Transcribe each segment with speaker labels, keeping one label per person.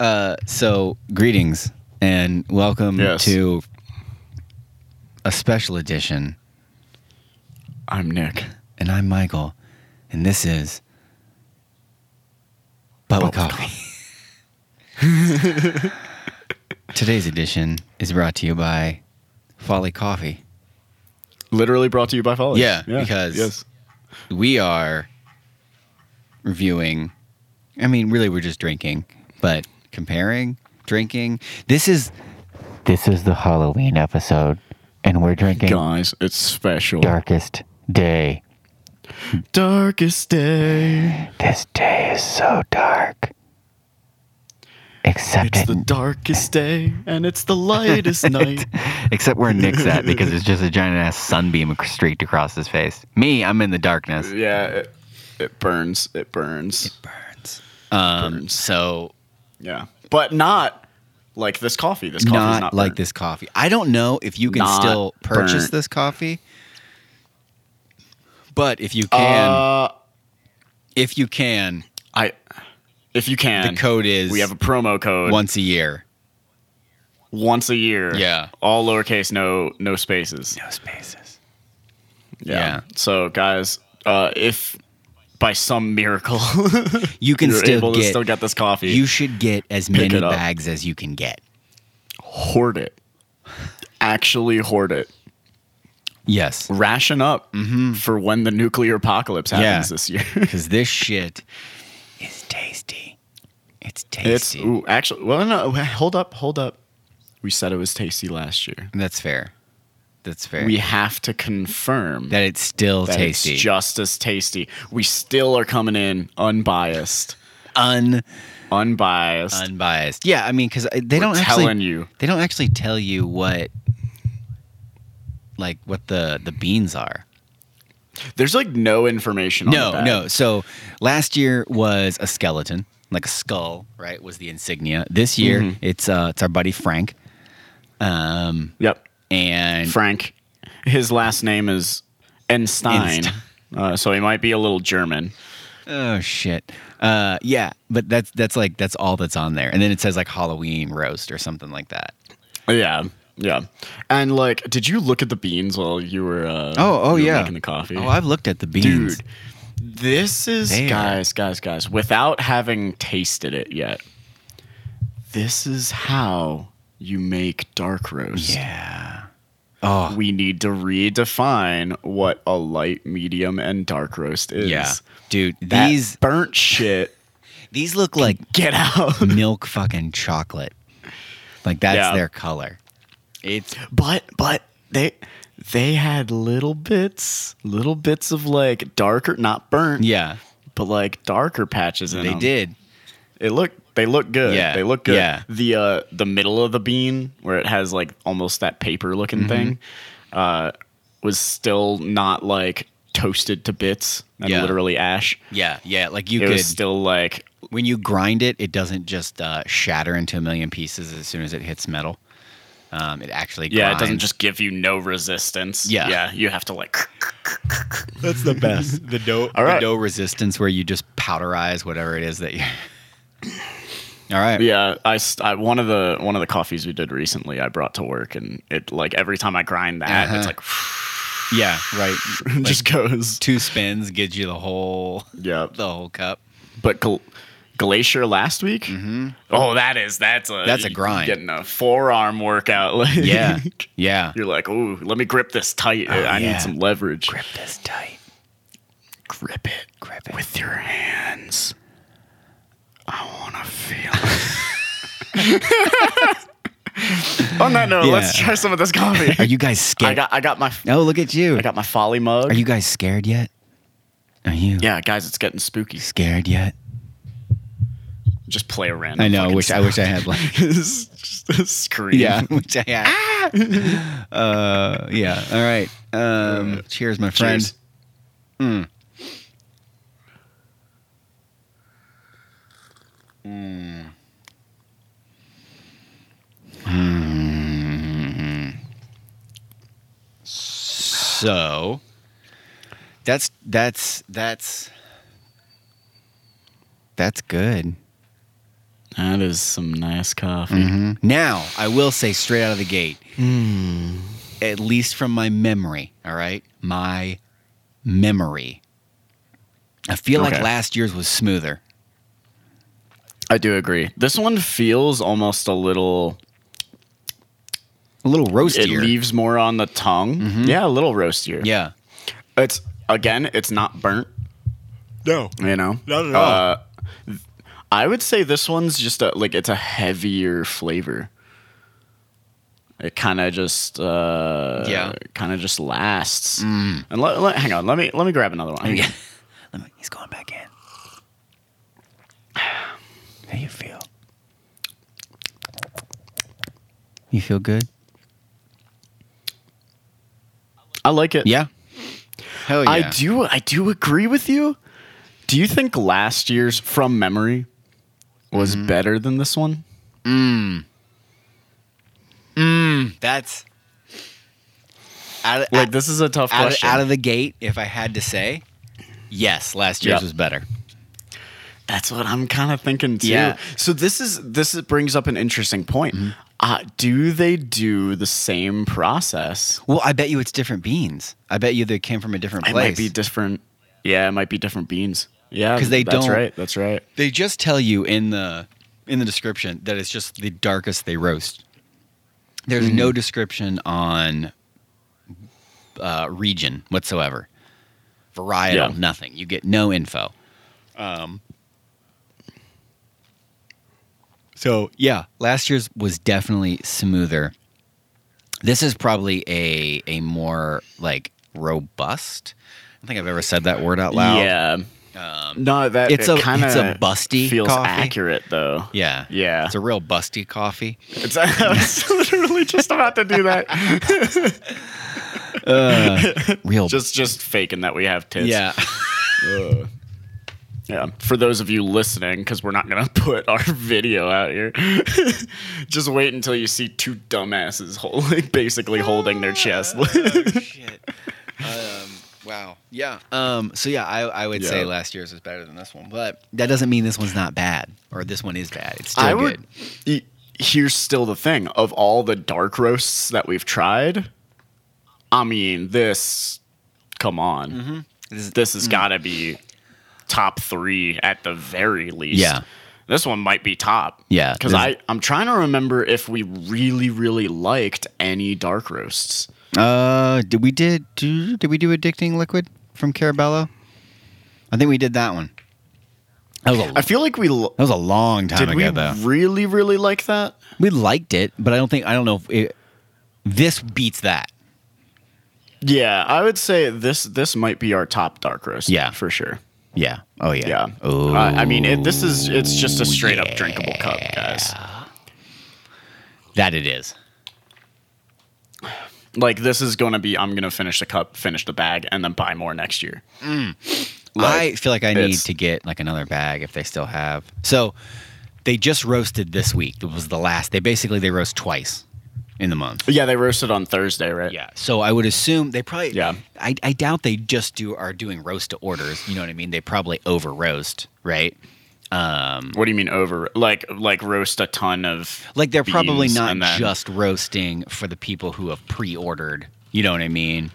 Speaker 1: Uh, so greetings and welcome
Speaker 2: Yes.
Speaker 1: to a special edition.
Speaker 2: I'm Nick.
Speaker 1: And I'm Michael, and this is But with
Speaker 2: But with
Speaker 1: Coffee. Today's edition is brought to you by Folly Coffee.
Speaker 2: Literally brought to you by Folly.
Speaker 1: Yeah, because-
Speaker 2: yes,
Speaker 1: We are reviewing. I mean, really, we're just drinking, but comparing, drinking. This is this is the Halloween episode, and we're drinking
Speaker 2: guys, it's special.
Speaker 1: Darkest Day.
Speaker 2: Darkest day.
Speaker 1: This day is so dark. Except
Speaker 2: It's the darkest day, and it's the lightest night.
Speaker 1: Except where Nick's at because it's just a giant ass sunbeam ac- streaked across his face. Me, I'm in the darkness.
Speaker 2: Yeah, it, it burns. It burns.
Speaker 1: Burns. Um, So
Speaker 2: yeah, but not like this coffee. This coffee
Speaker 1: not,
Speaker 2: is not
Speaker 1: like
Speaker 2: burnt.
Speaker 1: this coffee. I don't know if you can
Speaker 2: Not
Speaker 1: still purchase
Speaker 2: burnt.
Speaker 1: this coffee, but if you can,
Speaker 2: Uh,
Speaker 1: if you can,
Speaker 2: I. If you can,
Speaker 1: the code is
Speaker 2: we have a promo code
Speaker 1: once a year.
Speaker 2: once a year.
Speaker 1: Yeah.
Speaker 2: all lowercase, no no spaces.
Speaker 1: No spaces.
Speaker 2: Yeah.
Speaker 1: Yeah.
Speaker 2: So guys, uh, if by some miracle
Speaker 1: You can
Speaker 2: you're
Speaker 1: still
Speaker 2: able
Speaker 1: get.
Speaker 2: to still get this coffee,
Speaker 1: you should get as many
Speaker 2: it up.
Speaker 1: bags as you can get.
Speaker 2: hoard it. Actually hoard it.
Speaker 1: Yes.
Speaker 2: Ration up for when the nuclear apocalypse happens
Speaker 1: Mm-hmm. Yeah.
Speaker 2: this year.
Speaker 1: Because this shit is tasty. It's
Speaker 2: it's
Speaker 1: tasty.
Speaker 2: ooh, actually well no uh, hold up hold up. We said it was tasty last year.
Speaker 1: That's fair. That's fair.
Speaker 2: We have to confirm
Speaker 1: that it's still
Speaker 2: that
Speaker 1: tasty.
Speaker 2: it's just as tasty. We still are coming in unbiased,
Speaker 1: Un
Speaker 2: unbiased.
Speaker 1: unbiased. Yeah, I mean, because they
Speaker 2: We're
Speaker 1: don't actually
Speaker 2: telling you.
Speaker 1: they don't actually tell you what like what the the beans are.
Speaker 2: There's like no information. on the
Speaker 1: No,
Speaker 2: bag.
Speaker 1: no. So last year was a skeleton, like a skull, right? Was the insignia. This year
Speaker 2: Mm-hmm.
Speaker 1: it's uh it's our buddy Frank, um
Speaker 2: Yep.
Speaker 1: and
Speaker 2: Frank. His last name is Enstein,
Speaker 1: Enstein.
Speaker 2: uh, so he might be a little German.
Speaker 1: Oh shit. Uh, yeah, but that's that's like that's all that's on there, and then it says like Halloween roast or something like that.
Speaker 2: Yeah, yeah. And like, did you look at the beans while you were? Uh, you were making the coffee.
Speaker 1: Oh, I've looked at the beans.
Speaker 2: Dude, this is
Speaker 1: They are-
Speaker 2: guys, guys, guys. Without having tasted it yet, this is how you make dark roast.
Speaker 1: Yeah. Oh
Speaker 2: We need to redefine what a light, medium, and dark roast is.
Speaker 1: yeah, dude.
Speaker 2: That
Speaker 1: These
Speaker 2: burnt shit.
Speaker 1: these look like
Speaker 2: Get out.
Speaker 1: milk fucking chocolate. Like that's
Speaker 2: Yeah.
Speaker 1: their color. It's
Speaker 2: But but they they had little bits, little bits of like darker, not burnt,
Speaker 1: yeah.
Speaker 2: but like darker patches in
Speaker 1: They
Speaker 2: them.
Speaker 1: did.
Speaker 2: It looked they look good.
Speaker 1: Yeah,
Speaker 2: They look good.
Speaker 1: yeah.
Speaker 2: The uh the middle of the bean where it has like almost that paper looking
Speaker 1: Mm-hmm.
Speaker 2: thing uh was still not like toasted to bits and
Speaker 1: Yeah.
Speaker 2: literally ash.
Speaker 1: Yeah, yeah. Like you
Speaker 2: It
Speaker 1: could
Speaker 2: was still like
Speaker 1: when you grind it, it doesn't just uh, shatter into a million pieces as soon as it hits metal. Um, it actually
Speaker 2: yeah, it doesn't
Speaker 1: grinds.
Speaker 2: just give you no resistance.
Speaker 1: Yeah.
Speaker 2: Yeah, you have to like
Speaker 1: That's the best. the dough,
Speaker 2: All right.
Speaker 1: the dough resistance, where you just powderize whatever it is that you. All right.
Speaker 2: Yeah, I, s- I- one of the one of the coffees we did recently I brought to work, and it like every time I grind that,
Speaker 1: Uh-huh.
Speaker 2: it's like
Speaker 1: Yeah, right. Like,
Speaker 2: just goes.
Speaker 1: two spins gives you the whole,
Speaker 2: Yeah,
Speaker 1: the whole cup.
Speaker 2: but Gal- Glacier last week. Oh, that is that's a
Speaker 1: Mm-hmm. That's a
Speaker 2: you
Speaker 1: grind.
Speaker 2: Getting a forearm workout. Like,
Speaker 1: Yeah, yeah.
Speaker 2: You're like, oh, let me grip this tight.
Speaker 1: yeah.
Speaker 2: I need some leverage. Grip,
Speaker 1: this tight.
Speaker 2: it, grip it with your hands. I wanna feel. it. On that note, let's
Speaker 1: Yeah.
Speaker 2: try some of this coffee.
Speaker 1: Are you guys scared?
Speaker 2: I got I got my
Speaker 1: oh, look at you.
Speaker 2: I got my folly mug.
Speaker 1: Are you guys scared yet? Are you
Speaker 2: Yeah, guys, it's getting spooky.
Speaker 1: scared yet?
Speaker 2: Just play a random.
Speaker 1: I know. I
Speaker 2: fucking
Speaker 1: wish. I wish I had like.
Speaker 2: sound. It's just a scream.
Speaker 1: Yeah. Ah! Which I had. uh, yeah. All right. Um, cheers, my friend. Mm.
Speaker 2: Cheers.
Speaker 1: Mm. So that's that's that's that's good.
Speaker 2: That is some nice coffee.
Speaker 1: Now, I will say straight out of the gate,
Speaker 2: Hmm.
Speaker 1: at least from my memory, all right? My memory. I feel like
Speaker 2: Okay.
Speaker 1: last year's was smoother.
Speaker 2: I do agree. This one feels almost a little.
Speaker 1: A little roastier. Mm-hmm.
Speaker 2: It leaves more on the tongue. Yeah, a little roastier.
Speaker 1: yeah.
Speaker 2: It's again, it's not burnt.
Speaker 1: No.
Speaker 2: You know,
Speaker 1: Not at all.
Speaker 2: Uh, th- I would say this one's just a, like it's a heavier flavor. It kind of just uh,
Speaker 1: Yeah. Mm.
Speaker 2: kind of just lasts. And let, let- hang on, let me let me grab another one.
Speaker 1: Yeah. Let me, he's going back in. How you feel? You feel good?
Speaker 2: I like it.
Speaker 1: Yeah. Hell yeah.
Speaker 2: I do. I do agree with you. Do you think last year's from memory was
Speaker 1: Mm-hmm.
Speaker 2: better than this one?
Speaker 1: That's out of,
Speaker 2: Like this is a tough
Speaker 1: out, of,
Speaker 2: question.
Speaker 1: out of the gate. If I had to say, yes, last year's
Speaker 2: Yep.
Speaker 1: was better.
Speaker 2: That's what I'm kind of thinking too.
Speaker 1: Yeah. Mm-hmm.
Speaker 2: So this is this is, brings up an interesting point. Uh, do they do the same process?
Speaker 1: Well, I bet you it's different beans. I bet you they came from a different
Speaker 2: It might
Speaker 1: place.
Speaker 2: be different. Yeah, it might be different beans. Yeah,
Speaker 1: 'Cause they
Speaker 2: that's
Speaker 1: don't-
Speaker 2: right. That's right.
Speaker 1: they just tell you in the in the description that it's just the darkest they roast. There's no description on uh, region whatsoever, varietal,
Speaker 2: Yeah.
Speaker 1: nothing. You get no info. Um, so yeah, last year's was definitely smoother. This is probably a a more like robust. I don't think I've ever said that word out loud.
Speaker 2: Yeah. no, that
Speaker 1: it's
Speaker 2: it
Speaker 1: a-
Speaker 2: kinda
Speaker 1: it's a busty
Speaker 2: feels
Speaker 1: coffee.
Speaker 2: accurate though.
Speaker 1: Yeah.
Speaker 2: Yeah.
Speaker 1: It's a real busty coffee.
Speaker 2: It's, I was literally just about to do that.
Speaker 1: Real
Speaker 2: just just faking that we have tits.
Speaker 1: Yeah.
Speaker 2: Yeah. For those of you listening, because we're not gonna put our video out here, just wait until you see two dumbasses hold, like, basically holding their chest.
Speaker 1: Shit. Um, wow. Yeah. Um, so yeah, I, I would say
Speaker 2: Yeah.
Speaker 1: last year's was better than this one, but that doesn't mean this one's not bad or this one is bad. It's still
Speaker 2: I
Speaker 1: good.
Speaker 2: would. e- Here's still the thing: of all the dark roasts that we've tried, I mean, this. Come on,
Speaker 1: Mm-hmm. This is- mm.
Speaker 2: this has got to be top three at the very least.
Speaker 1: Yeah.
Speaker 2: This one might be top.
Speaker 1: Yeah,
Speaker 2: Because
Speaker 1: this-
Speaker 2: I I'm trying to remember if we really really liked any dark roasts.
Speaker 1: uh, did we did do, did we do addicting liquid from Carabello? I think we did that one. That was a,
Speaker 2: I
Speaker 1: that
Speaker 2: feel like we l-
Speaker 1: was a long time
Speaker 2: did
Speaker 1: ago
Speaker 2: we
Speaker 1: though.
Speaker 2: really really like that.
Speaker 1: We liked it, but I don't think I don't know if it, this beats that.
Speaker 2: Yeah, I would say this this might be our top dark roast.
Speaker 1: Yeah.
Speaker 2: for sure.
Speaker 1: Yeah. Oh yeah.
Speaker 2: Yeah.
Speaker 1: Oh.
Speaker 2: Uh, I mean, it, this is it's just a straight up drinkable cup, guys.
Speaker 1: that it is.
Speaker 2: Like this is going to be I'm going to finish the cup, finish the bag and then buy more next year.
Speaker 1: I feel like I need
Speaker 2: it's-
Speaker 1: to get like another bag if they still have. So they just roasted this week. It was the last. They basically they roast twice in the month.
Speaker 2: Yeah, they roasted on Thursday, right?
Speaker 1: Yeah. So I would assume they probably.
Speaker 2: Yeah.
Speaker 1: I, I doubt they just do are doing roast to orders. You know what I mean? They probably over roast, right?
Speaker 2: Mm. What do you mean over like like roast a ton of
Speaker 1: Like they're probably
Speaker 2: beans
Speaker 1: not
Speaker 2: and then-
Speaker 1: just roasting for the people who have pre-ordered. You know what I mean?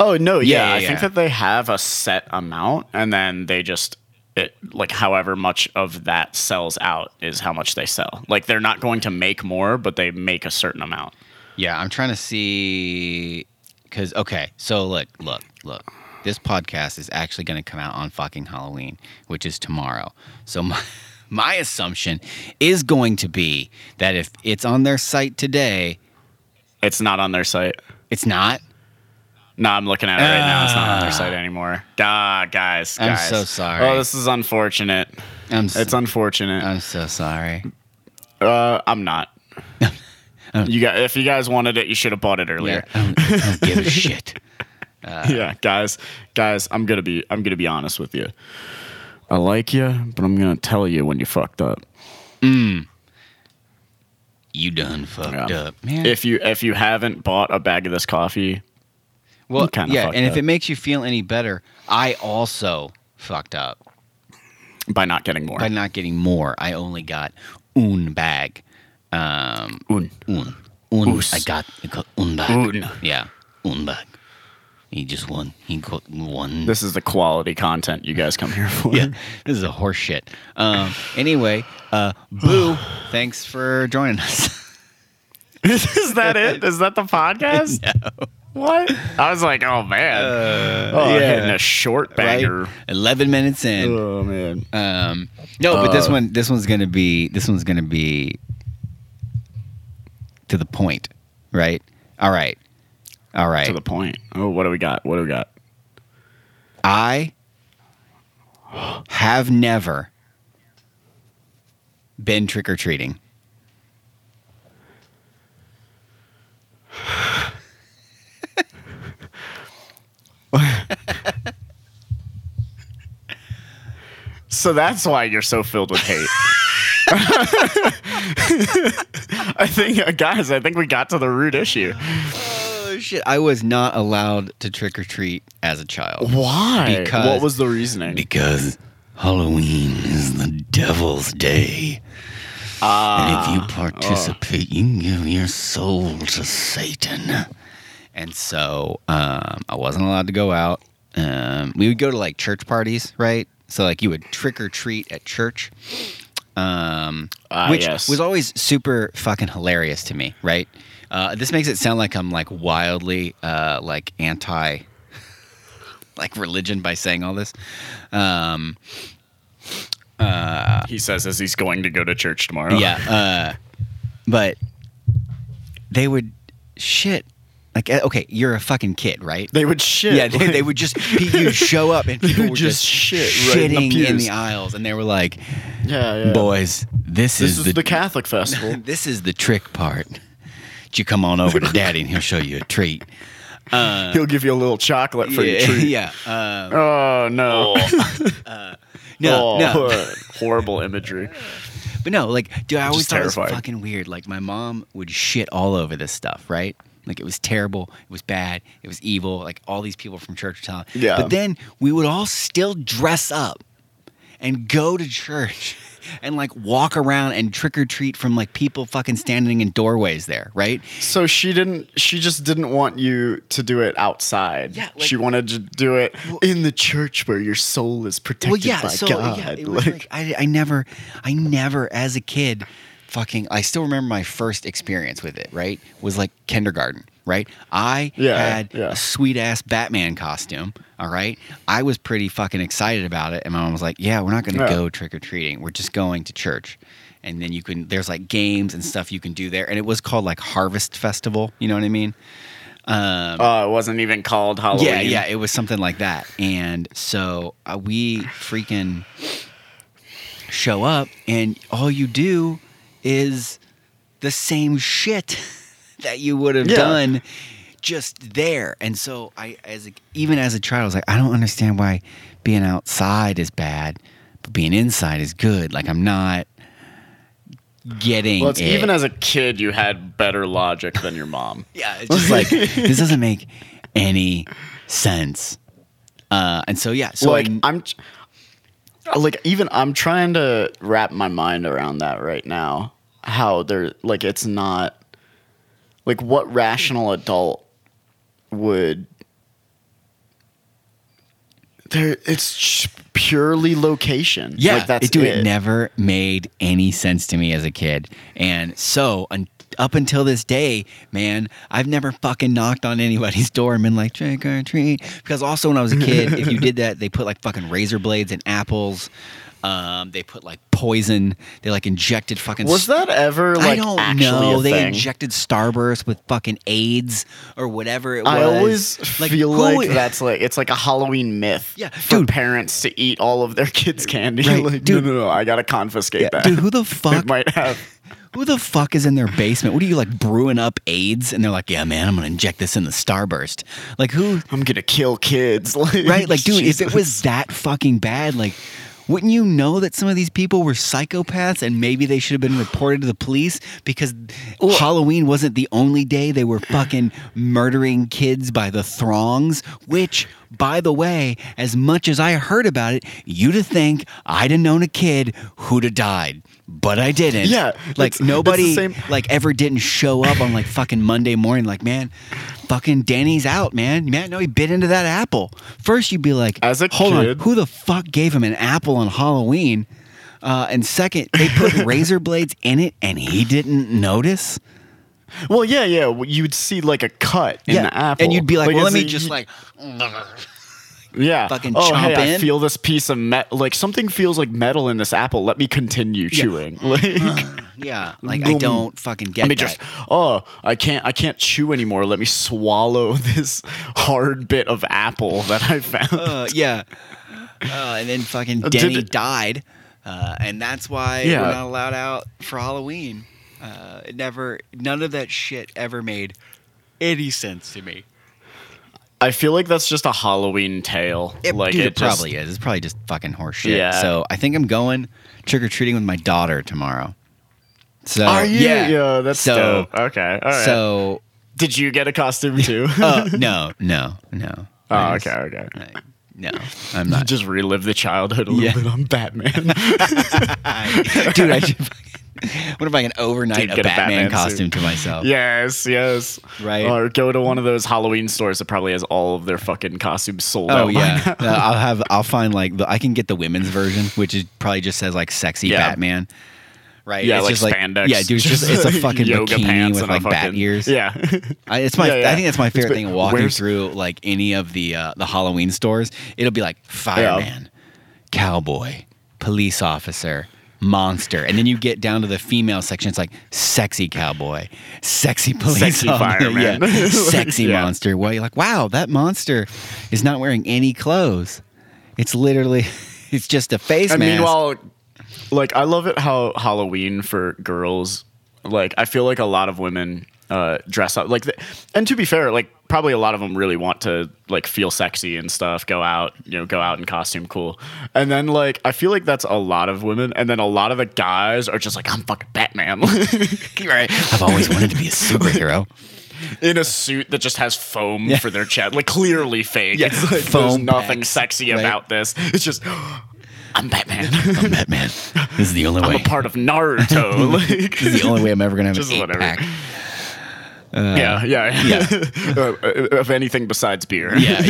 Speaker 2: Oh no, yeah,
Speaker 1: yeah,
Speaker 2: I
Speaker 1: yeah.
Speaker 2: think that they have a set amount and then they just it, like however much of that sells out is how much they sell. Like they're not going to make more, but they make a certain amount.
Speaker 1: Yeah, I'm trying to see because okay, so look, look, look. This podcast is actually going to come out on fucking Halloween, which is tomorrow. So my my assumption is going to be that if it's on their site today,
Speaker 2: It's not on their site.
Speaker 1: it's not.
Speaker 2: No, I'm looking at it right now. It's not on their site anymore. Ah, guys,
Speaker 1: I'm
Speaker 2: guys.
Speaker 1: so sorry. Uh,
Speaker 2: Oh, this is unfortunate.
Speaker 1: I'm so,
Speaker 2: It's unfortunate.
Speaker 1: I'm so sorry.
Speaker 2: Uh, I'm not.
Speaker 1: Uh.
Speaker 2: you guys, if you guys wanted it, you should have bought it earlier.
Speaker 1: I, don't, I don't give a shit.
Speaker 2: Yeah. guys, guys, I'm gonna be, I'm gonna be honest with you. I like you, but I'm gonna tell you when you fucked up.
Speaker 1: You done fucked
Speaker 2: Yeah.
Speaker 1: up, man.
Speaker 2: If you, if you haven't bought a bag of this coffee,
Speaker 1: well,
Speaker 2: kinda
Speaker 1: yeah,
Speaker 2: fucked
Speaker 1: and if
Speaker 2: up.
Speaker 1: it makes you feel any better, I also fucked up.
Speaker 2: by not getting more.
Speaker 1: by not getting more. I only got un bag. Um,
Speaker 2: Un.
Speaker 1: un. Un.
Speaker 2: Us.
Speaker 1: I got, I got un bag.
Speaker 2: Un.
Speaker 1: Yeah, un bag. He just won. He got one.
Speaker 2: This is the quality content you guys come here for.
Speaker 1: yeah, this is a horse shit. Um, anyway, uh, Boo, thanks for joining us.
Speaker 2: is that it? Is that the podcast? What? I was like, oh man, oh,
Speaker 1: Uh, yeah.
Speaker 2: hitting a short
Speaker 1: Right?
Speaker 2: banger.
Speaker 1: Eleven minutes in.
Speaker 2: Oh man,
Speaker 1: Um, no, but this one, this one's gonna be, this one's gonna be to the point, right? All right, all right.
Speaker 2: to the point. Oh, what do we got? What do we got?
Speaker 1: I have never been trick or treating.
Speaker 2: So that's why you're so filled with hate. I think, uh, guys, I think we got to the root issue.
Speaker 1: Oh shit! I was not allowed to trick or treat as a child
Speaker 2: Why?
Speaker 1: Because-
Speaker 2: what was the reasoning?
Speaker 1: because Halloween is the devil's day,
Speaker 2: Ah,
Speaker 1: and if you participate, you can give your soul to Satan. And so um, I wasn't allowed to go out. Um, we would go to like church parties, right? So like you would trick or treat at church. um,
Speaker 2: Ah,
Speaker 1: which
Speaker 2: yes.
Speaker 1: was always super fucking hilarious to me, right? Uh, this makes it sound like I'm like wildly uh, like anti like religion by saying all this. Um,
Speaker 2: he says as he's going to go to church tomorrow.
Speaker 1: Yeah. Uh, but they would shit. Like uh, okay, you're a fucking kid, right?
Speaker 2: They would shit.
Speaker 1: Yeah, they, they would just you show up and people
Speaker 2: would
Speaker 1: were
Speaker 2: just
Speaker 1: just,
Speaker 2: shit right in
Speaker 1: shitting
Speaker 2: the
Speaker 1: in
Speaker 2: pews.
Speaker 1: the aisles, and they were like,
Speaker 2: yeah, yeah.
Speaker 1: "Boys, this,
Speaker 2: This
Speaker 1: is,
Speaker 2: is
Speaker 1: the,
Speaker 2: the, Catholic festival.
Speaker 1: this is the trick part. You come on over to daddy, and he'll show you a treat.
Speaker 2: He'll give you a little chocolate for your
Speaker 1: yeah,
Speaker 2: treat.
Speaker 1: yeah. Uh,
Speaker 2: Oh no!
Speaker 1: no,
Speaker 2: Oh,
Speaker 1: no.
Speaker 2: horrible imagery.
Speaker 1: But no, like, dude, I always
Speaker 2: just
Speaker 1: thought it was
Speaker 2: terrified.
Speaker 1: fucking weird. Like, my mom would shit all over this stuff, right? Like, it was terrible. It was bad. It was evil. Like, all these people from church were telling.
Speaker 2: Yeah.
Speaker 1: But then we would all still dress up and go to church and, like, walk around and trick or treat from, like, people fucking standing in doorways there, right?
Speaker 2: So she didn't. She just didn't want you to do it outside.
Speaker 1: Yeah, like-
Speaker 2: she wanted to do it in the church where your soul is protected by God.
Speaker 1: Yeah, it was
Speaker 2: like,
Speaker 1: like, I, I never, I never, as a kid, fucking. I still remember my first experience with it. Right, was like kindergarten. Right, I
Speaker 2: Yeah,
Speaker 1: had
Speaker 2: yeah.
Speaker 1: a sweet ass Batman costume. All right, I was pretty fucking excited about it, and my mom was like, "Yeah, we're not going to
Speaker 2: Yeah.
Speaker 1: go trick or treating. We're just going to church." And then you can there's like games and stuff you can do there, and it was called like Harvest Festival. You know what I mean?
Speaker 2: oh, it wasn't even called Halloween.
Speaker 1: Yeah, yeah, it was something like that. And so uh, we freaking show up, and all you do is the same shit that you would have
Speaker 2: Yeah.
Speaker 1: done just there. And so I, as a, even as a child, I was like, I don't understand why being outside is bad, but being inside is good. Like I'm not getting
Speaker 2: Well, it's,
Speaker 1: it.
Speaker 2: even as a kid, you had better logic than your mom.
Speaker 1: Yeah, it's just like this doesn't make any sense. Uh, and so yeah, so
Speaker 2: like
Speaker 1: I,
Speaker 2: I'm like even I'm trying to wrap my mind around that right now. How they're like it's not like what rational adult would there it's just purely location.
Speaker 1: yeah,
Speaker 2: like that's
Speaker 1: it, dude, it.
Speaker 2: it.
Speaker 1: never made any sense to me as a kid. And so un- up until this day, man, I've never fucking knocked on anybody's door and been like trick or treat. Because also when I was a kid, if you did that, they put like fucking razor blades and apples. Um, they put like poison. They like injected fucking
Speaker 2: Was that ever like
Speaker 1: I don't
Speaker 2: actually
Speaker 1: know.
Speaker 2: a
Speaker 1: they
Speaker 2: thing?
Speaker 1: injected Starburst with fucking AIDS or whatever it was.
Speaker 2: I always feel
Speaker 1: who-
Speaker 2: like that's like it's like a Halloween myth
Speaker 1: Yeah,
Speaker 2: for
Speaker 1: dude.
Speaker 2: parents to eat all of their kids' candy.
Speaker 1: Right,
Speaker 2: like,
Speaker 1: dude.
Speaker 2: no, no, no, I gotta confiscate that.
Speaker 1: Dude, who the
Speaker 2: it
Speaker 1: fuck?
Speaker 2: might have.
Speaker 1: Who the fuck is in their basement? What are you like brewing up AIDS? And they're like, yeah, man, I'm gonna inject this in the Starburst. Like who?
Speaker 2: I'm gonna kill kids. Like,
Speaker 1: Right? Like, dude, if it
Speaker 2: Jesus.
Speaker 1: was that fucking bad, like. Wouldn't you know that some of these people were psychopaths and maybe they should have been reported to the police because Halloween wasn't the only day they were fucking murdering kids by the throngs, which By the way, as much as I heard about it, you'd have think I'd have known a kid who'd have died, but I didn't.
Speaker 2: Yeah,
Speaker 1: like
Speaker 2: it's- it's
Speaker 1: nobody
Speaker 2: the same-
Speaker 1: like ever didn't show up on like fucking Monday morning. Like man, fucking Danny's out, man. Man, no, he bit into that apple. First, you'd be like,
Speaker 2: As a
Speaker 1: hold on,
Speaker 2: kid-
Speaker 1: who the fuck gave him an apple on Halloween? Uh, and second, they put razor blades in it, and he didn't notice.
Speaker 2: Well, yeah, yeah. well, You'd see like a cut in the apple,
Speaker 1: And you'd be like, well, let
Speaker 2: it's
Speaker 1: me
Speaker 2: a-
Speaker 1: just like,
Speaker 2: yeah,
Speaker 1: fucking
Speaker 2: oh,
Speaker 1: chomp
Speaker 2: hey, I
Speaker 1: in."
Speaker 2: feel this piece of metal. Like something feels like metal in this apple. Let me continue chewing. Like,
Speaker 1: Uh-huh. yeah, like I
Speaker 2: Boom.
Speaker 1: don't fucking get
Speaker 2: let me
Speaker 1: that.
Speaker 2: just. Oh, I can't. I can't chew anymore. Let me swallow this hard bit of apple that I found.
Speaker 1: Uh, yeah. Uh, and then fucking
Speaker 2: did
Speaker 1: Denny
Speaker 2: it-
Speaker 1: died, uh, and that's why
Speaker 2: Yeah.
Speaker 1: we're not allowed out for Halloween. Uh, it never, none of that shit ever made any sense to me.
Speaker 2: I feel like that's just a Halloween tale.
Speaker 1: It,
Speaker 2: like
Speaker 1: dude, it,
Speaker 2: just-
Speaker 1: probably is. It's probably just fucking horseshit.
Speaker 2: Yeah.
Speaker 1: So I think I'm going trick or treating with my daughter tomorrow. So
Speaker 2: Are you?
Speaker 1: Yeah.
Speaker 2: Yeah, that's
Speaker 1: so.
Speaker 2: dope. Okay. All right.
Speaker 1: So
Speaker 2: did you get a costume too?
Speaker 1: uh, no, no, no.
Speaker 2: oh,
Speaker 1: I
Speaker 2: okay.
Speaker 1: just-
Speaker 2: Okay.
Speaker 1: I- no, I'm not.
Speaker 2: Just relive the childhood a little
Speaker 1: Yeah.
Speaker 2: bit on Batman.
Speaker 1: dude, I should fucking, what if I can overnight
Speaker 2: Dude,
Speaker 1: a
Speaker 2: get a
Speaker 1: Batman,
Speaker 2: Batman
Speaker 1: costume
Speaker 2: suit.
Speaker 1: to myself?
Speaker 2: yes, yes.
Speaker 1: Right.
Speaker 2: Or go to one of those Halloween stores that probably has all of their fucking costumes sold out.
Speaker 1: Oh
Speaker 2: by
Speaker 1: yeah,
Speaker 2: now.
Speaker 1: Uh, I'll have I'll find like the, I can get the women's version, which is probably just says like sexy
Speaker 2: Yeah.
Speaker 1: Batman, right?
Speaker 2: Yeah,
Speaker 1: it's
Speaker 2: like
Speaker 1: just
Speaker 2: spandex.
Speaker 1: yeah, dude, it's just it's a fucking
Speaker 2: yoga
Speaker 1: bikini
Speaker 2: pants
Speaker 1: with
Speaker 2: and a
Speaker 1: like bat
Speaker 2: fucking-
Speaker 1: ears.
Speaker 2: Yeah.
Speaker 1: I, it's my
Speaker 2: Yeah, yeah.
Speaker 1: I think that's my
Speaker 2: It's
Speaker 1: favorite
Speaker 2: been-
Speaker 1: thing walking
Speaker 2: where's-
Speaker 1: through like any of the uh, the Halloween stores. It'll be like fireman, cowboy, police officer, monster, and then you get down to the female section. It's like sexy cowboy, sexy police
Speaker 2: Sexy
Speaker 1: officer, yeah,
Speaker 2: fireman.
Speaker 1: sexy
Speaker 2: Yeah.
Speaker 1: monster. Well, you're like, wow, that monster is not wearing any clothes. It's literally, it's just a face
Speaker 2: and
Speaker 1: mask.
Speaker 2: meanwhile, like I love it how Halloween for girls, like I feel like a lot of women uh, dress up like, th- and to be fair, like probably a lot of them really want to like feel sexy and stuff, go out, you know, go out in costume, cool. And then like I feel like that's a lot of women, and then a lot of the guys are just like I'm fucking Batman, right?
Speaker 1: I've always wanted to be a superhero.
Speaker 2: In a suit that just has foam
Speaker 1: Yeah.
Speaker 2: for their chest, like clearly fake.
Speaker 1: Yeah,
Speaker 2: It's like there's
Speaker 1: foam
Speaker 2: nothing
Speaker 1: packs,
Speaker 2: sexy
Speaker 1: right?
Speaker 2: about this. It's just I'm Batman.
Speaker 1: I'm Batman. This is the only way.
Speaker 2: I'm a part of Naruto.
Speaker 1: this is
Speaker 2: like,
Speaker 1: the only way I'm ever gonna have
Speaker 2: Just
Speaker 1: an eight
Speaker 2: whatever.
Speaker 1: pack.
Speaker 2: yeah, yeah, Uh, of anything besides beer.
Speaker 1: Yeah.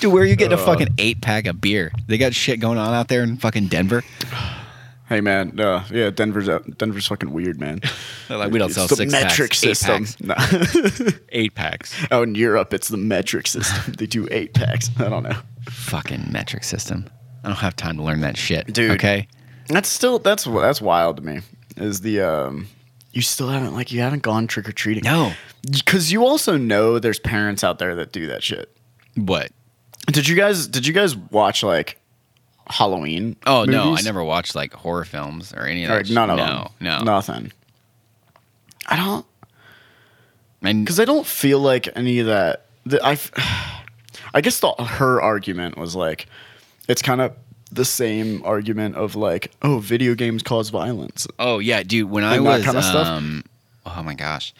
Speaker 1: Dude, where are you getting a fucking eight pack of beer? They got shit going on out there in fucking Denver.
Speaker 2: Hey man, uh, yeah, Denver's out, Denver's fucking weird, man.
Speaker 1: They're like, we don't sell
Speaker 2: it's the
Speaker 1: six
Speaker 2: metric
Speaker 1: packs,
Speaker 2: system.
Speaker 1: Eight packs.
Speaker 2: No.
Speaker 1: Eight packs.
Speaker 2: Out in Europe, it's the metric system. They do eight packs. I don't know.
Speaker 1: Fucking metric system. I don't have time to learn that shit,
Speaker 2: Dude.
Speaker 1: Okay.
Speaker 2: That's still that's that's wild to me. Is the um, you still haven't like you haven't gone trick or treating?
Speaker 1: No.
Speaker 2: because you also know there's parents out there that do that shit.
Speaker 1: What?
Speaker 2: Did you guys did you guys watch like Halloween?
Speaker 1: Oh no, I
Speaker 2: movies?
Speaker 1: never watched like horror films or any of that.
Speaker 2: Or
Speaker 1: shit.
Speaker 2: none of
Speaker 1: no,
Speaker 2: them.
Speaker 1: No,
Speaker 2: Nothing. I don't,
Speaker 1: And
Speaker 2: because I don't feel like any of that. The, I, f- I guess the, her argument was like, it's kind of the same argument of like, oh, video games cause violence.
Speaker 1: oh yeah, dude, when I
Speaker 2: And that
Speaker 1: was
Speaker 2: kinda stuff?
Speaker 1: um, oh my gosh,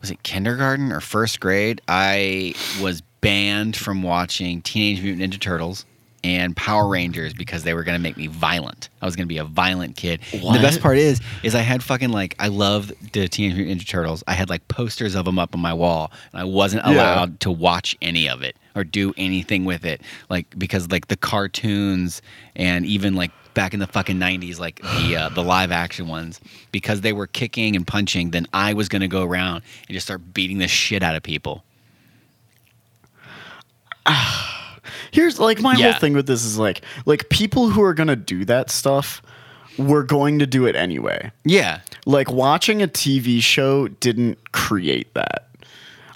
Speaker 1: was it kindergarten or first grade? I was banned from watching Teenage Mutant Ninja Turtles and Power Rangers because they were going to make me violent. I was going to be a violent kid. And The
Speaker 2: What?
Speaker 1: best part is, is I had fucking like I loved the Teenage Mutant Ninja Turtles. I had like posters of them up on my wall, and I wasn't
Speaker 2: Yeah.
Speaker 1: allowed to watch any of it or do anything with it, like because like the cartoons and even like back in the fucking 90s like the uh, the live action ones because they were kicking and punching then i was going to go around and just start beating the shit out of people
Speaker 2: Here's like my
Speaker 1: Yeah.
Speaker 2: whole thing with this is like, like people who are gonna do that stuff, were going to do it anyway.
Speaker 1: yeah
Speaker 2: like watching a TV show didn't create that.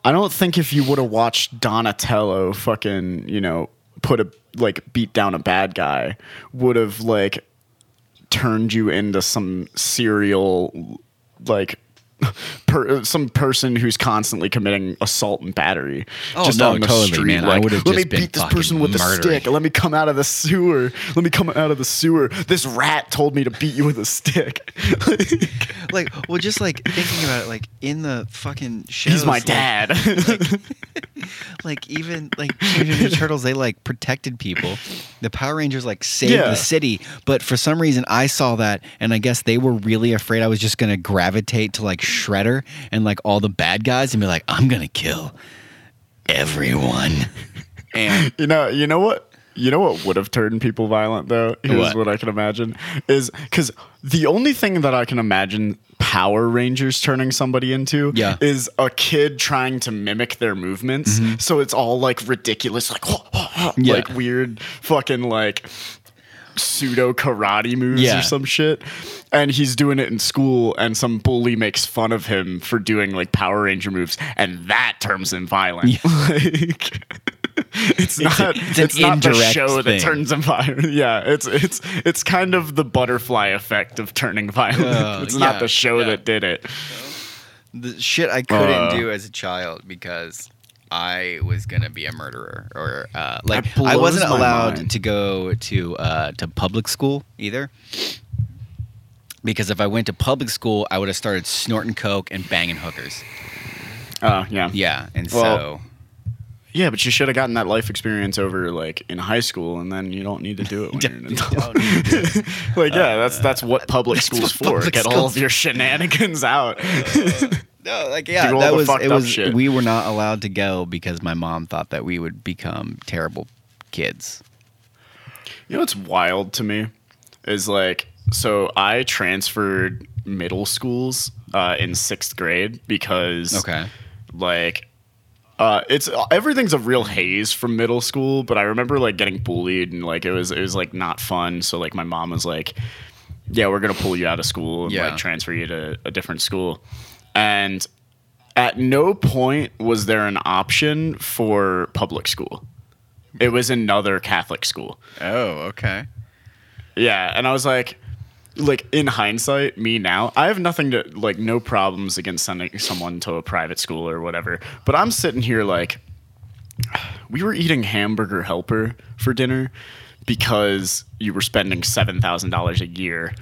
Speaker 2: I don't think if you would have watched Donatello fucking, you know, put a like beat down a bad guy would have like turned you into some serial like per, some person who's constantly committing assault and battery
Speaker 1: Oh,
Speaker 2: just
Speaker 1: no,
Speaker 2: on the
Speaker 1: totally,
Speaker 2: street.
Speaker 1: man. I
Speaker 2: Like,
Speaker 1: would've
Speaker 2: let me
Speaker 1: just been
Speaker 2: beat this
Speaker 1: fucking
Speaker 2: person with a
Speaker 1: murdering.
Speaker 2: stick. Let me come out of the sewer. Let me come out of the sewer. This rat told me to beat you with a stick.
Speaker 1: like, well, just like thinking about it, like in the fucking shows.
Speaker 2: He's my
Speaker 1: like-
Speaker 2: dad.
Speaker 1: Like even like Teenage Mutant Ninja Turtles, they like protected people. The Power Rangers like saved
Speaker 2: Yeah.
Speaker 1: the city, but for some reason I saw that, and I guess they were really afraid I was just gonna gravitate to like Shredder and like all the bad guys and be like, I'm gonna kill everyone. And
Speaker 2: You know, you know what? You know what would have turned people violent though? Here's
Speaker 1: What?
Speaker 2: what, I can imagine is because the only thing that I can imagine Power Rangers turning somebody into
Speaker 1: Yeah. Mm-hmm.
Speaker 2: is a kid trying to mimic their movements. So it's all like ridiculous, like
Speaker 1: Yeah.
Speaker 2: like weird fucking like pseudo karate moves
Speaker 1: Yeah.
Speaker 2: or some shit. And he's doing it in school, and some bully makes fun of him for doing like Power Ranger moves, and that turns him violent. Like,
Speaker 1: It's
Speaker 2: it's
Speaker 1: a-
Speaker 2: not
Speaker 1: it's
Speaker 2: it's,
Speaker 1: an
Speaker 2: not the
Speaker 1: indirect
Speaker 2: show
Speaker 1: thing.
Speaker 2: that turns him violent. Yeah, it's it's it's kind of the butterfly effect of turning violent.
Speaker 1: Uh,
Speaker 2: it's
Speaker 1: yeah,
Speaker 2: not the show
Speaker 1: yeah.
Speaker 2: that did it.
Speaker 1: the shit I couldn't
Speaker 2: Uh.
Speaker 1: do as a child because I was gonna be a murderer, or uh, like
Speaker 2: blows
Speaker 1: I wasn't
Speaker 2: my
Speaker 1: allowed
Speaker 2: mind.
Speaker 1: to go to uh, to public school either. Because if I went to public school, I would have started snorting coke and banging hookers.
Speaker 2: Oh yeah,
Speaker 1: Yeah, and so
Speaker 2: Well- yeah. But you should have gotten that life experience over like in high school, and then you don't need to do it when you're an
Speaker 1: You
Speaker 2: adult.
Speaker 1: don't need
Speaker 2: like yeah, that's that's what public school's
Speaker 1: Uh, what
Speaker 2: for.
Speaker 1: public
Speaker 2: Get all
Speaker 1: school's
Speaker 2: of your shenanigans out.
Speaker 1: no, like yeah,
Speaker 2: Do all
Speaker 1: that
Speaker 2: the
Speaker 1: was
Speaker 2: fucked
Speaker 1: it
Speaker 2: up
Speaker 1: was
Speaker 2: shit.
Speaker 1: we were not allowed to go because my mom thought that we would become terrible kids.
Speaker 2: You know what's wild to me is like so I transferred middle schools uh, in sixth grade because
Speaker 1: Okay,
Speaker 2: like uh, it's everything's a real haze from middle school. But I remember like getting bullied and like it was it was like not fun. So like my mom was like, "Yeah, we're gonna pull you out of school and
Speaker 1: Yeah.
Speaker 2: like transfer you to a different school," and at no point was there an option for public school. It was another Catholic school.
Speaker 1: oh okay,
Speaker 2: Yeah, and I was like, like in hindsight, me now, I have nothing to like, no problems against sending someone to a private school or whatever. But I'm sitting here like, we were eating hamburger helper for dinner because you were spending seven thousand dollars a year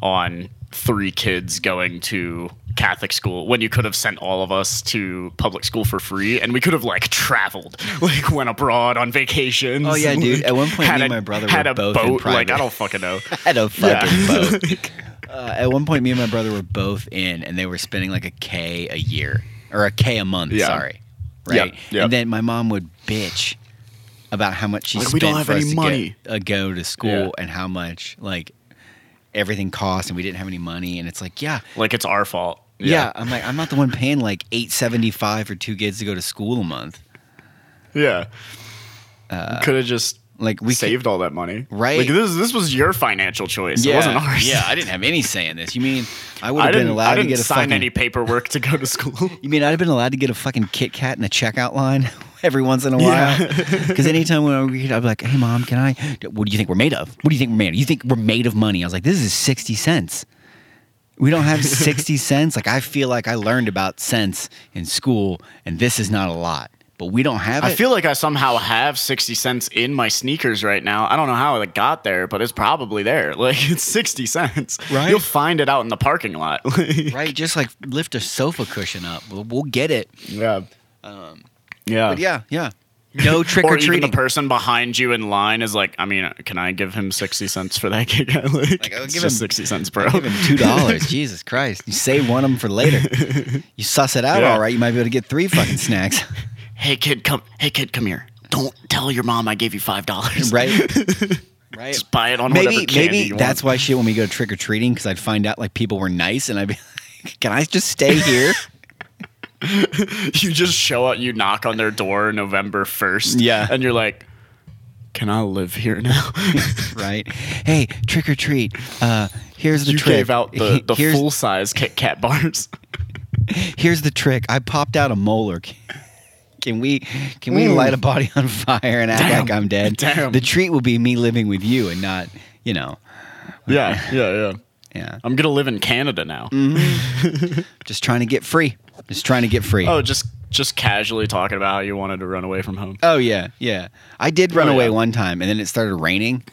Speaker 2: on three kids going to Catholic school when you could have sent all of us to public school for free and we could have like traveled like went abroad on vacations.
Speaker 1: Oh, yeah,
Speaker 2: and,
Speaker 1: dude.
Speaker 2: like,
Speaker 1: At one point,
Speaker 2: had
Speaker 1: me and
Speaker 2: a-
Speaker 1: my brother
Speaker 2: had
Speaker 1: were
Speaker 2: a
Speaker 1: both in
Speaker 2: boat. Like
Speaker 1: private.
Speaker 2: I don't fucking know.
Speaker 1: had a fucking
Speaker 2: Yeah.
Speaker 1: boat. Uh, at one point, me and my brother were both in, and they were spending like a K a year or a K a month.
Speaker 2: Yeah.
Speaker 1: Sorry,
Speaker 2: Yep,
Speaker 1: right?
Speaker 2: yep.
Speaker 1: And then my mom would bitch about how much she
Speaker 2: Like,
Speaker 1: spent
Speaker 2: we don't have
Speaker 1: for
Speaker 2: any
Speaker 1: us
Speaker 2: money.
Speaker 1: to get, uh, go to school
Speaker 2: Yeah.
Speaker 1: and how much like everything cost, and we didn't have any money. And it's like, yeah,
Speaker 2: like it's our fault.
Speaker 1: yeah. I'm like, I'm not the one paying like eight seventy five for two kids to go to school a month.
Speaker 2: yeah. could have just
Speaker 1: Uh, Like we could-
Speaker 2: saved all that money,
Speaker 1: Right.
Speaker 2: Like this, this was your financial choice. It wasn't ours.
Speaker 1: Yeah, I didn't have any say in this. You mean I would
Speaker 2: I
Speaker 1: have been
Speaker 2: didn't.
Speaker 1: allowed
Speaker 2: I
Speaker 1: to
Speaker 2: didn't
Speaker 1: get a
Speaker 2: sign
Speaker 1: fucking
Speaker 2: any paperwork to go to school.
Speaker 1: You mean I'd have been allowed to get a fucking Kit Kat in a checkout line every once in a while?
Speaker 2: Yeah.
Speaker 1: Because anytime when I would get- I'd be like, "Hey, mom, can I? What do you think we're made of? What do you think we're made? of? You think we're made of money?" I was like, "This is sixty cents. We don't have sixty cents. Like I feel like I learned about cents in school, and this is not a lot, but we don't have
Speaker 2: I
Speaker 1: it."
Speaker 2: feel like I somehow have sixty cents in my sneakers right now. I don't know how it got there, but it's probably there. Like it's sixty cents.
Speaker 1: Right.
Speaker 2: You'll find it out in the parking lot.
Speaker 1: Right, just like lift a sofa cushion up. We'll, we'll get it.
Speaker 2: Yeah. yeah.
Speaker 1: Um, But yeah, yeah. No trick
Speaker 2: Oh. Or
Speaker 1: or
Speaker 2: even the
Speaker 1: treating.
Speaker 2: person behind you in line is like, I mean, can I give him sixty cents for that gig? like,
Speaker 1: Like, I'll
Speaker 2: it's
Speaker 1: give
Speaker 2: just
Speaker 1: him-
Speaker 2: sixty cents, bro.
Speaker 1: Give him two dollars. Jesus Christ! You save one of them for later. You suss it out
Speaker 2: Yeah.
Speaker 1: all right. You might be able to get three fucking snacks,
Speaker 2: hey kid, come. Hey kid, come here. Don't tell your mom I gave you five dollars.
Speaker 1: right? Right.
Speaker 2: Just buy it on
Speaker 1: Maybe
Speaker 2: whatever candy
Speaker 1: maybe
Speaker 2: you
Speaker 1: that's
Speaker 2: want.
Speaker 1: why shit when we go trick or treating because I'd find out like people were nice and I'd be like, can I just stay here?
Speaker 2: you just show up. You knock on their door November first.
Speaker 1: Yeah.
Speaker 2: and you're like, can I live here now?
Speaker 1: right. Hey, trick or treat. Uh, here's the
Speaker 2: you
Speaker 1: trick.
Speaker 2: gave out the, the
Speaker 1: here's,
Speaker 2: full size Kit Kat bars.
Speaker 1: here's the trick. I popped out a molar. Can we can we light a body on fire and act
Speaker 2: Mm. Damn.
Speaker 1: like I'm dead?
Speaker 2: Damn.
Speaker 1: The treat will be me living with you and not you know.
Speaker 2: yeah, yeah, yeah.
Speaker 1: Yeah. Mm-hmm.
Speaker 2: I'm gonna live in Canada now.
Speaker 1: Just trying to get free. Just trying to get free.
Speaker 2: Oh, just just casually talking about how you wanted to run away from home.
Speaker 1: Oh yeah, yeah. I did run
Speaker 2: Oh,
Speaker 1: away
Speaker 2: yeah.
Speaker 1: one time, and then it started raining.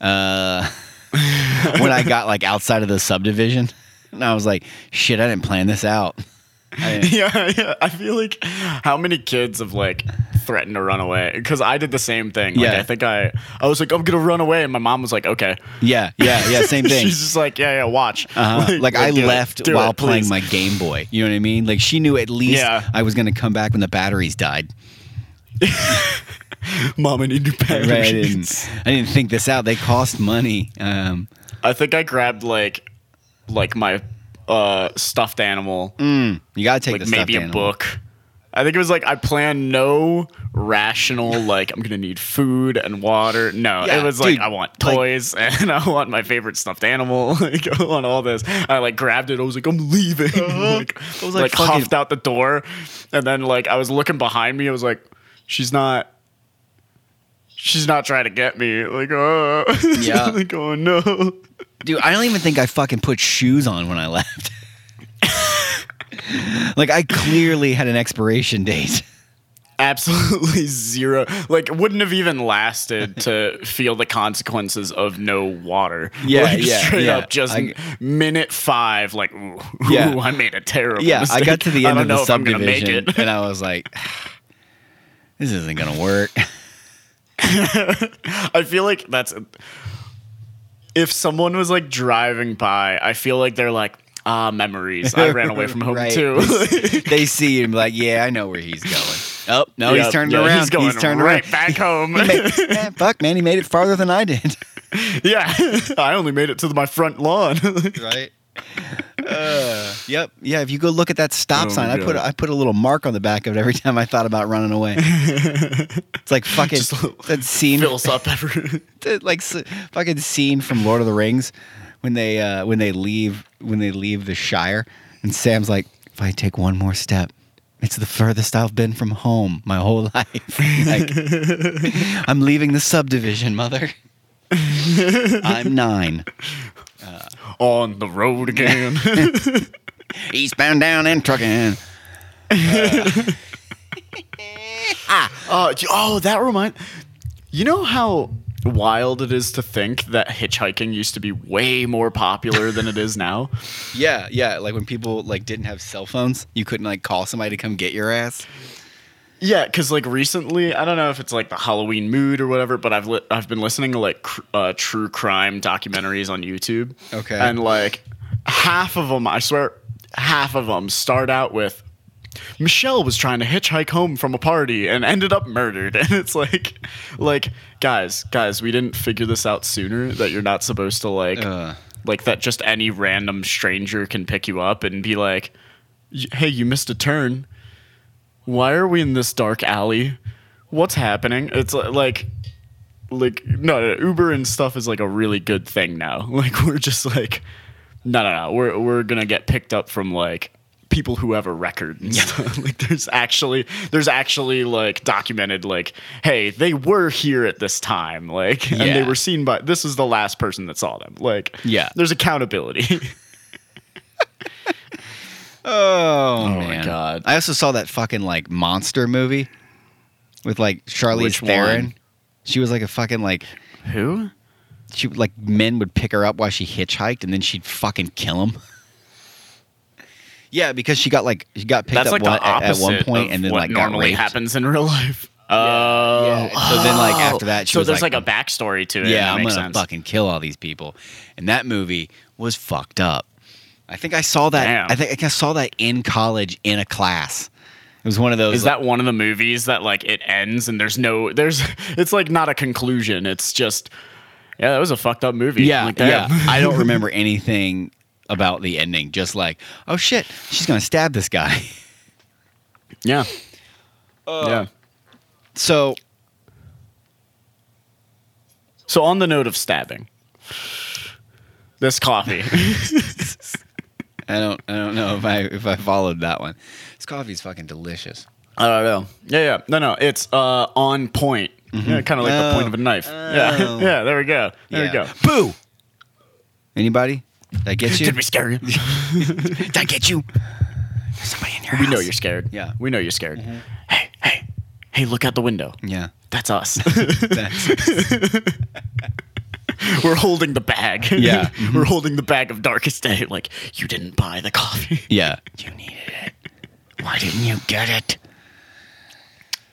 Speaker 1: Uh, when I got like outside of the subdivision, and I was like, "Shit, I didn't plan this out." I didn't-
Speaker 2: yeah, yeah. I feel like how many kids have like threatened to run away? Because I did the same thing. Like,
Speaker 1: Yeah.
Speaker 2: I think I I was like, I'm gonna run away, and my mom was like, Okay.
Speaker 1: yeah, yeah, yeah. Same thing.
Speaker 2: She's just like, Yeah, yeah. Watch.
Speaker 1: Uh-huh. Like, I
Speaker 2: do it.
Speaker 1: left
Speaker 2: Do
Speaker 1: while
Speaker 2: it,
Speaker 1: playing
Speaker 2: please.
Speaker 1: my Game Boy. You know what I mean? Like she knew at least
Speaker 2: Yeah.
Speaker 1: I was going to come back when the batteries died.
Speaker 2: mom. I need new
Speaker 1: Right?
Speaker 2: batteries.
Speaker 1: I didn't. I didn't think this out. They cost money. Um,
Speaker 2: I think I grabbed like like my uh stuffed animal,
Speaker 1: Mm. you got to take
Speaker 2: like
Speaker 1: the
Speaker 2: maybe a
Speaker 1: stuffed animal.
Speaker 2: book. I think it was like I planned no rational like I'm gonna need food and water. No,
Speaker 1: Yeah,
Speaker 2: it was like
Speaker 1: dude,
Speaker 2: I want
Speaker 1: like-
Speaker 2: toys and I want my favorite stuffed animal. Like I want all this. I like grabbed it. I was like I'm leaving. like, I was
Speaker 1: Uh-huh. like,
Speaker 2: like,
Speaker 1: fucking-
Speaker 2: huffed out the door, and then like I was looking behind me. I was like, she's not. She's not trying to get me. Like, oh,
Speaker 1: Yeah.
Speaker 2: like, oh no.
Speaker 1: Dude, I don't even think I fucking put shoes on when I left. like I clearly had an expiration date.
Speaker 2: absolutely zero like wouldn't have even lasted to feel the consequences of no water
Speaker 1: Yeah,
Speaker 2: like,
Speaker 1: yeah,
Speaker 2: straight
Speaker 1: yeah.
Speaker 2: up just
Speaker 1: I-
Speaker 2: minute five like ooh,
Speaker 1: Yeah.
Speaker 2: ooh, i made a terrible
Speaker 1: Yeah, I got
Speaker 2: mistake.
Speaker 1: to the
Speaker 2: I
Speaker 1: end
Speaker 2: don't
Speaker 1: of the
Speaker 2: know if I'm gonna make
Speaker 1: subdivision
Speaker 2: it.
Speaker 1: and I was like this isn't going to work.
Speaker 2: i feel like that's if someone was like driving by i feel like they're like ah memories i ran away from home
Speaker 1: Right.
Speaker 2: too
Speaker 1: they see him like, "Yeah, I know where he's going." Oh, no,
Speaker 2: Yeah,
Speaker 1: he's turned
Speaker 2: yeah,
Speaker 1: around.
Speaker 2: he's going
Speaker 1: turned
Speaker 2: right
Speaker 1: around.
Speaker 2: back home
Speaker 1: Man, fuck, man, he made it farther than I did.
Speaker 2: yeah i only made it to my front lawn
Speaker 1: right? Uh, yep. Yeah. If you go look at that stop
Speaker 2: Oh
Speaker 1: sign,
Speaker 2: my
Speaker 1: I put
Speaker 2: God.
Speaker 1: I put a little mark on the back of it every time I thought about running away. it's like fucking
Speaker 2: Just a little-
Speaker 1: that scene,
Speaker 2: fills up every
Speaker 1: that, like s- fucking scene from Lord of the Rings when they uh, when they leave when they leave the Shire, and Sam's like, if I take one more step. It's the furthest I've been from home my whole life. Like, I'm leaving the subdivision, mother. I'm nine.
Speaker 2: on the road again.
Speaker 1: Eastbound, down, and trucking.
Speaker 2: Uh, d- oh, that remind. You know how wild it is to think that hitchhiking used to be way more popular than it is now.
Speaker 1: Yeah, yeah. Like when people like didn't have cell phones, you couldn't like call somebody to come get your ass.
Speaker 2: Yeah, because like recently, I don't know if it's like the Halloween mood or whatever, but I've li- I've been listening to like cr- uh, true crime documentaries on YouTube.
Speaker 1: Okay.
Speaker 2: and like half of them, I swear, half of them start out with. Michelle was trying to hitchhike home from a party and ended up murdered. And it's like, like guys, guys, we didn't figure this out sooner that you're not supposed to like,
Speaker 1: Uh.
Speaker 2: like that just any random stranger can pick you up and be like, "Y- hey, you missed a turn why are we in this dark alley? What's happening? It's li- like, like no, no, Uber and stuff is like a really good thing now. Like we're just like, no, no, no, we're we're gonna get picked up from like people who have a record and stuff. Like there's actually there's actually like documented like, hey, they were here at this time, like, and they
Speaker 1: Yeah.
Speaker 2: were seen by this is the last person that saw them. Like,
Speaker 1: Yeah.
Speaker 2: there's accountability.
Speaker 1: Oh,
Speaker 2: my God.
Speaker 1: I also saw that fucking like monster movie with like Charlize
Speaker 2: Which
Speaker 1: Theron.
Speaker 2: one?
Speaker 1: She was like a fucking like
Speaker 2: who?
Speaker 1: she like men would pick her up while she hitchhiked and then she'd fucking kill him. Yeah, because she got like she got picked
Speaker 2: That's
Speaker 1: up
Speaker 2: like
Speaker 1: one,
Speaker 2: the
Speaker 1: at, at
Speaker 2: opposite
Speaker 1: one point
Speaker 2: of
Speaker 1: and then
Speaker 2: what
Speaker 1: like got
Speaker 2: normally
Speaker 1: raped.
Speaker 2: happens in real life. Oh,
Speaker 1: yeah. So then, like, after that, she
Speaker 2: so
Speaker 1: was
Speaker 2: there's
Speaker 1: like-
Speaker 2: like, a backstory to it.
Speaker 1: Yeah,
Speaker 2: that
Speaker 1: I'm
Speaker 2: makes
Speaker 1: gonna
Speaker 2: sense.
Speaker 1: fucking kill all these people. And that movie was fucked up. I think I saw that.
Speaker 2: Damn.
Speaker 1: I think I saw that in college in a class. It was one of those.
Speaker 2: Is that one of the movies that like it ends and there's no there's it's like not a conclusion. It's just yeah, that was a fucked up movie.
Speaker 1: yeah,
Speaker 2: like,
Speaker 1: yeah.
Speaker 2: damn.
Speaker 1: I don't remember anything about the ending. Just like, oh shit, she's gonna stab this guy.
Speaker 2: yeah,
Speaker 1: Uh,
Speaker 2: yeah.
Speaker 1: So
Speaker 2: So on the note of stabbing, this coffee.
Speaker 1: I don't. I don't know if I if I followed that one. This coffee's fucking delicious.
Speaker 2: I don't know. Yeah, yeah. No, no. It's uh on point. Yeah, kind of like the
Speaker 1: Oh.
Speaker 2: point of a knife.
Speaker 1: Oh.
Speaker 2: Yeah, yeah. There we go. There we go.
Speaker 1: Boo. Anybody? Did I get you?
Speaker 2: Did we scare you?
Speaker 1: Did I get you? There's somebody in your
Speaker 2: We
Speaker 1: house.
Speaker 2: know you're scared.
Speaker 1: Yeah. Mm-hmm.
Speaker 2: We know you're scared. Hey, hey, hey, look out the window.
Speaker 1: Yeah.
Speaker 2: That's us.
Speaker 1: That's,
Speaker 2: We're holding the bag.
Speaker 1: Yeah.
Speaker 2: We're holding the bag of darkest day. Like, you didn't buy the coffee.
Speaker 1: yeah. You needed it. Why didn't you get it?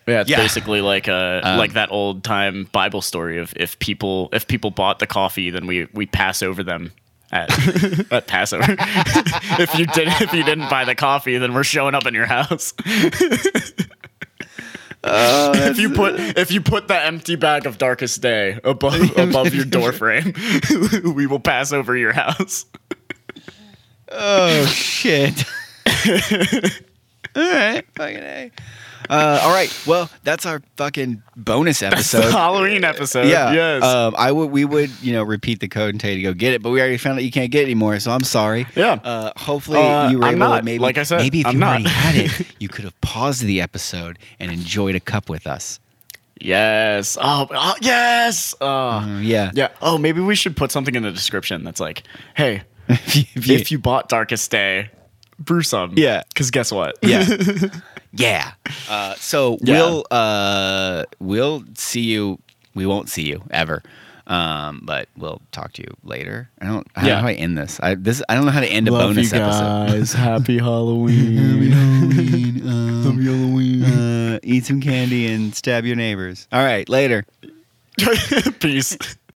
Speaker 2: Yeah, Um, it's
Speaker 1: Yeah.
Speaker 2: basically like a like that old time Bible story of if people if people bought the coffee, then we we pass over them at, at Passover. if you did if you didn't buy the coffee, then we're showing up in your house. if you put if you put the empty bag of darkest day above above your door frame, we will pass over your house.
Speaker 1: Oh shit. all right, fucking a. Uh, all right. Well, that's our fucking bonus
Speaker 2: The
Speaker 1: episode.
Speaker 2: Halloween episode.
Speaker 1: yeah.
Speaker 2: Uh, Yes.
Speaker 1: Um, I would. We would. You know, repeat the code and tell you to go get it, but we already found out you can't get it anymore. So I'm sorry.
Speaker 2: Yeah.
Speaker 1: Uh, hopefully
Speaker 2: Uh,
Speaker 1: you were
Speaker 2: I'm
Speaker 1: able to
Speaker 2: not.
Speaker 1: maybe.
Speaker 2: Like I said,
Speaker 1: maybe if
Speaker 2: I'm
Speaker 1: you
Speaker 2: not.
Speaker 1: already had it, you could have paused the episode and enjoyed a cup with us.
Speaker 2: yes. Oh, oh, yes. Oh.
Speaker 1: Mm, Yeah.
Speaker 2: Yeah. Oh, maybe we should put something in the description that's like, hey,
Speaker 1: If you- if you-
Speaker 2: if you bought Darkest Day, brew some.
Speaker 1: Yeah.
Speaker 2: Because guess what?
Speaker 1: yeah yeah uh, so
Speaker 2: Yeah.
Speaker 1: we'll uh, we'll see you we won't see you ever um, but we'll talk to you later i don't how,
Speaker 2: Yeah.
Speaker 1: do i end this i this i don't know how to end a bonus episode
Speaker 2: Happy Halloween.
Speaker 1: uh, eat some candy and stab your neighbors all right later
Speaker 2: Peace.